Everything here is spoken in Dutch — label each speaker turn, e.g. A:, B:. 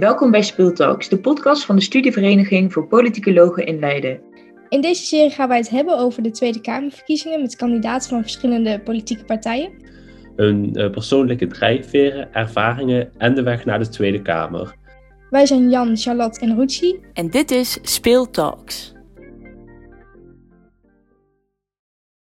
A: Welkom bij Speeltalks, de podcast van de Studievereniging voor Politicologen in Leiden.
B: In deze serie gaan wij het hebben over de Tweede Kamerverkiezingen met kandidaten van verschillende politieke partijen.
C: hun eh, persoonlijke drijfveren, ervaringen en de weg naar de Tweede Kamer.
B: Wij zijn Jan, Charlotte en Ruchi.
D: En dit is Speeltalks.